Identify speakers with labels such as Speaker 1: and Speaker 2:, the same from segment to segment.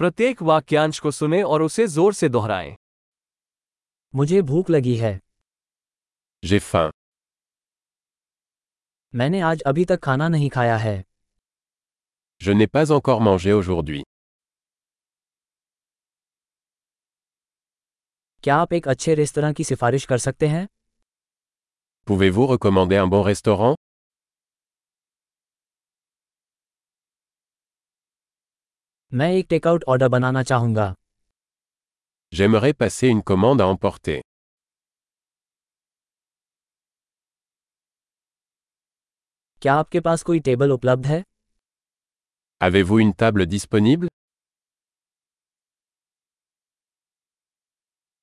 Speaker 1: प्रत्येक वाक्यांश को सुने और उसे जोर से दोहराएं
Speaker 2: मुझे भूख लगी है
Speaker 3: J'ai faim.
Speaker 2: मैंने आज अभी तक खाना नहीं खाया है
Speaker 3: Je n'ai pas encore mangé aujourd'hui.
Speaker 2: क्या आप एक अच्छे रेस्तरा की सिफारिश कर सकते हैं
Speaker 3: Pouvez-vous recommander un bon restaurant
Speaker 2: मैं एक टेकआउट ऑर्डर बनाना चाहूंगा
Speaker 3: J'aimerais passer une commande à emporter.
Speaker 2: क्या आपके पास कोई टेबल उपलब्ध है
Speaker 3: Avez-vous une table disponible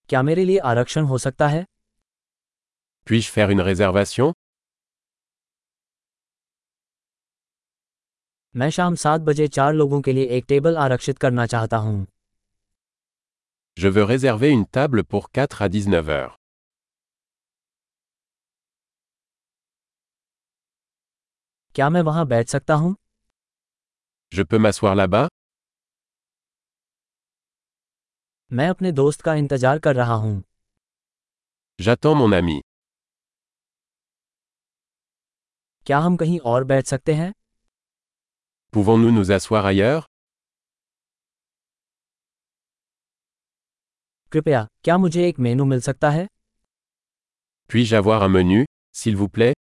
Speaker 2: क्या मेरे लिए आरक्षण हो सकता है
Speaker 3: Puis-je faire une réservation
Speaker 2: मैं शाम सात बजे चार लोगों के लिए एक टेबल आरक्षित करना चाहता हूँ
Speaker 3: Je veux réserver une table pour 4 à 19 heures.
Speaker 2: क्या मैं वहाँ बैठ सकता हूँ
Speaker 3: Je peux m'asseoir là-bas
Speaker 2: मैं अपने दोस्त का इंतजार कर रहा हूँ
Speaker 3: J'attends mon ami.
Speaker 2: क्या हम कहीं और बैठ सकते हैं
Speaker 3: Pouvons-nous nous asseoir ailleurs
Speaker 2: कृपया क्या मुझे एक मेनू मिल सकता है
Speaker 3: Puis-je avoir un menu, s'il vous plaît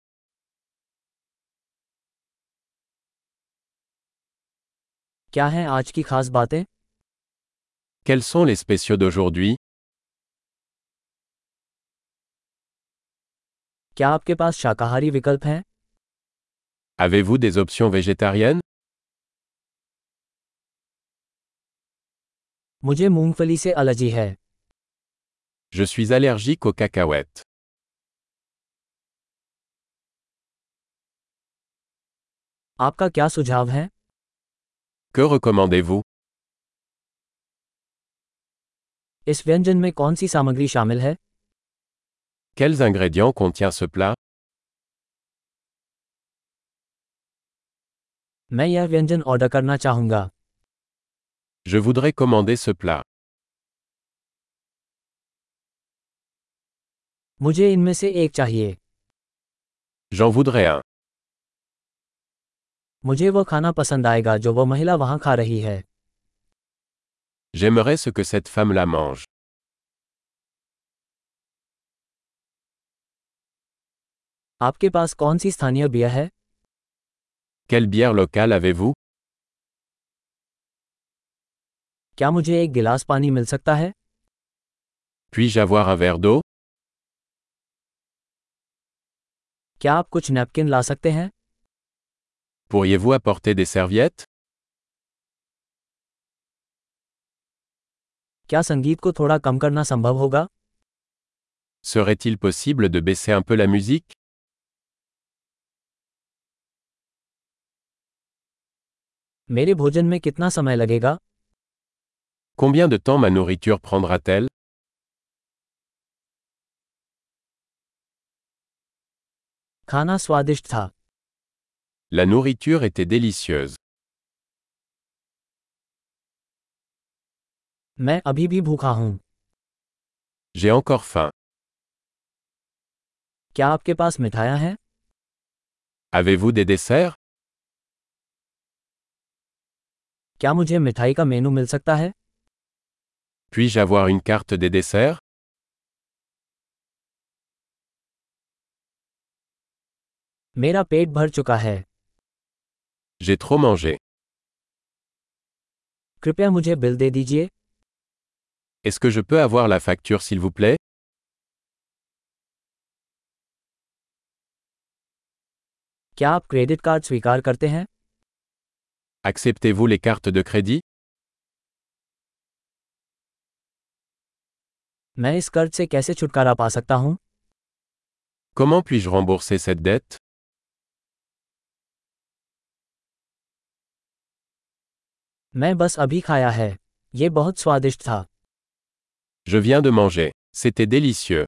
Speaker 2: क्या है आज की खास बातें
Speaker 3: Quels sont les spéciaux d'aujourd'hui
Speaker 2: क्या आपके पास शाकाहारी विकल्प हैं
Speaker 3: Avez-vous des options végétariennes
Speaker 2: मुझे मूंगफली से एलर्जी है
Speaker 3: Je suis allergique aux cacahuètes.
Speaker 2: आपका क्या सुझाव है
Speaker 3: Que recommandez-vous
Speaker 2: इस व्यंजन में कौन सी सामग्री शामिल है
Speaker 3: Quels ingrédients contient ce plat
Speaker 2: मैं यह व्यंजन ऑर्डर करना चाहूंगा
Speaker 3: Je voudrais commander ce plat.
Speaker 2: मुझे इनमें से एक चाहिए
Speaker 3: J'en voudrais un.
Speaker 2: मुझे वह खाना पसंद आएगा जो वह महिला वहां खा रही है
Speaker 3: J'aimerais ce que cette femme la mange.
Speaker 2: आपके पास कौन सी स्थानीय बियर है
Speaker 3: Quelle bière locale avez-vous
Speaker 2: क्या मुझे एक गिलास पानी मिल सकता है
Speaker 3: Puis-je avoir un verre d'eau
Speaker 2: क्या आप कुछ नैपकिन ला सकते हैं
Speaker 3: Pourriez-vous apporter des serviettes
Speaker 2: क्या संगीत को थोड़ा कम करना संभव होगा
Speaker 3: Serait-il possible de baisser un peu la musique
Speaker 2: मेरे भोजन में कितना समय लगेगा
Speaker 3: Combien de temps ma nourriture prendra-t-elle
Speaker 2: खाना स्वादिष्ट था
Speaker 3: La nourriture était délicieuse.
Speaker 2: मैं अभी भी भूखा हूँ
Speaker 3: J'ai encore faim.
Speaker 2: क्या आपके पास मिठाइयाँ हैं
Speaker 3: Avez-vous des desserts
Speaker 2: क्या मुझे मिठाई का मेनू मिल सकता है
Speaker 3: Puis-je avoir une carte des desserts
Speaker 2: मेरा पेट भर चुका है
Speaker 3: J'ai trop mangé.
Speaker 2: कृपया मुझे बिल दे दीजिए
Speaker 3: Est-ce que je peux avoir la facture s'il vous plaît
Speaker 2: क्या आप क्रेडिट कार्ड स्वीकार करते हैं
Speaker 3: Acceptez-vous les cartes de crédit
Speaker 2: मैं इस कर्ज से कैसे छुटकारा पा सकता हूँ
Speaker 3: Comment puis-je rembourser cette dette
Speaker 2: मैं बस अभी खाया है ये बहुत स्वादिष्ट था
Speaker 3: Je viens de manger. C'était délicieux.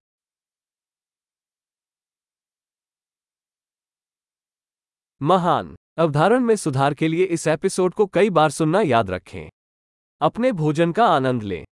Speaker 1: महान अवधारण में सुधार के लिए इस एपिसोड को कई बार सुनना याद रखें
Speaker 3: अपने भोजन का आनंद लें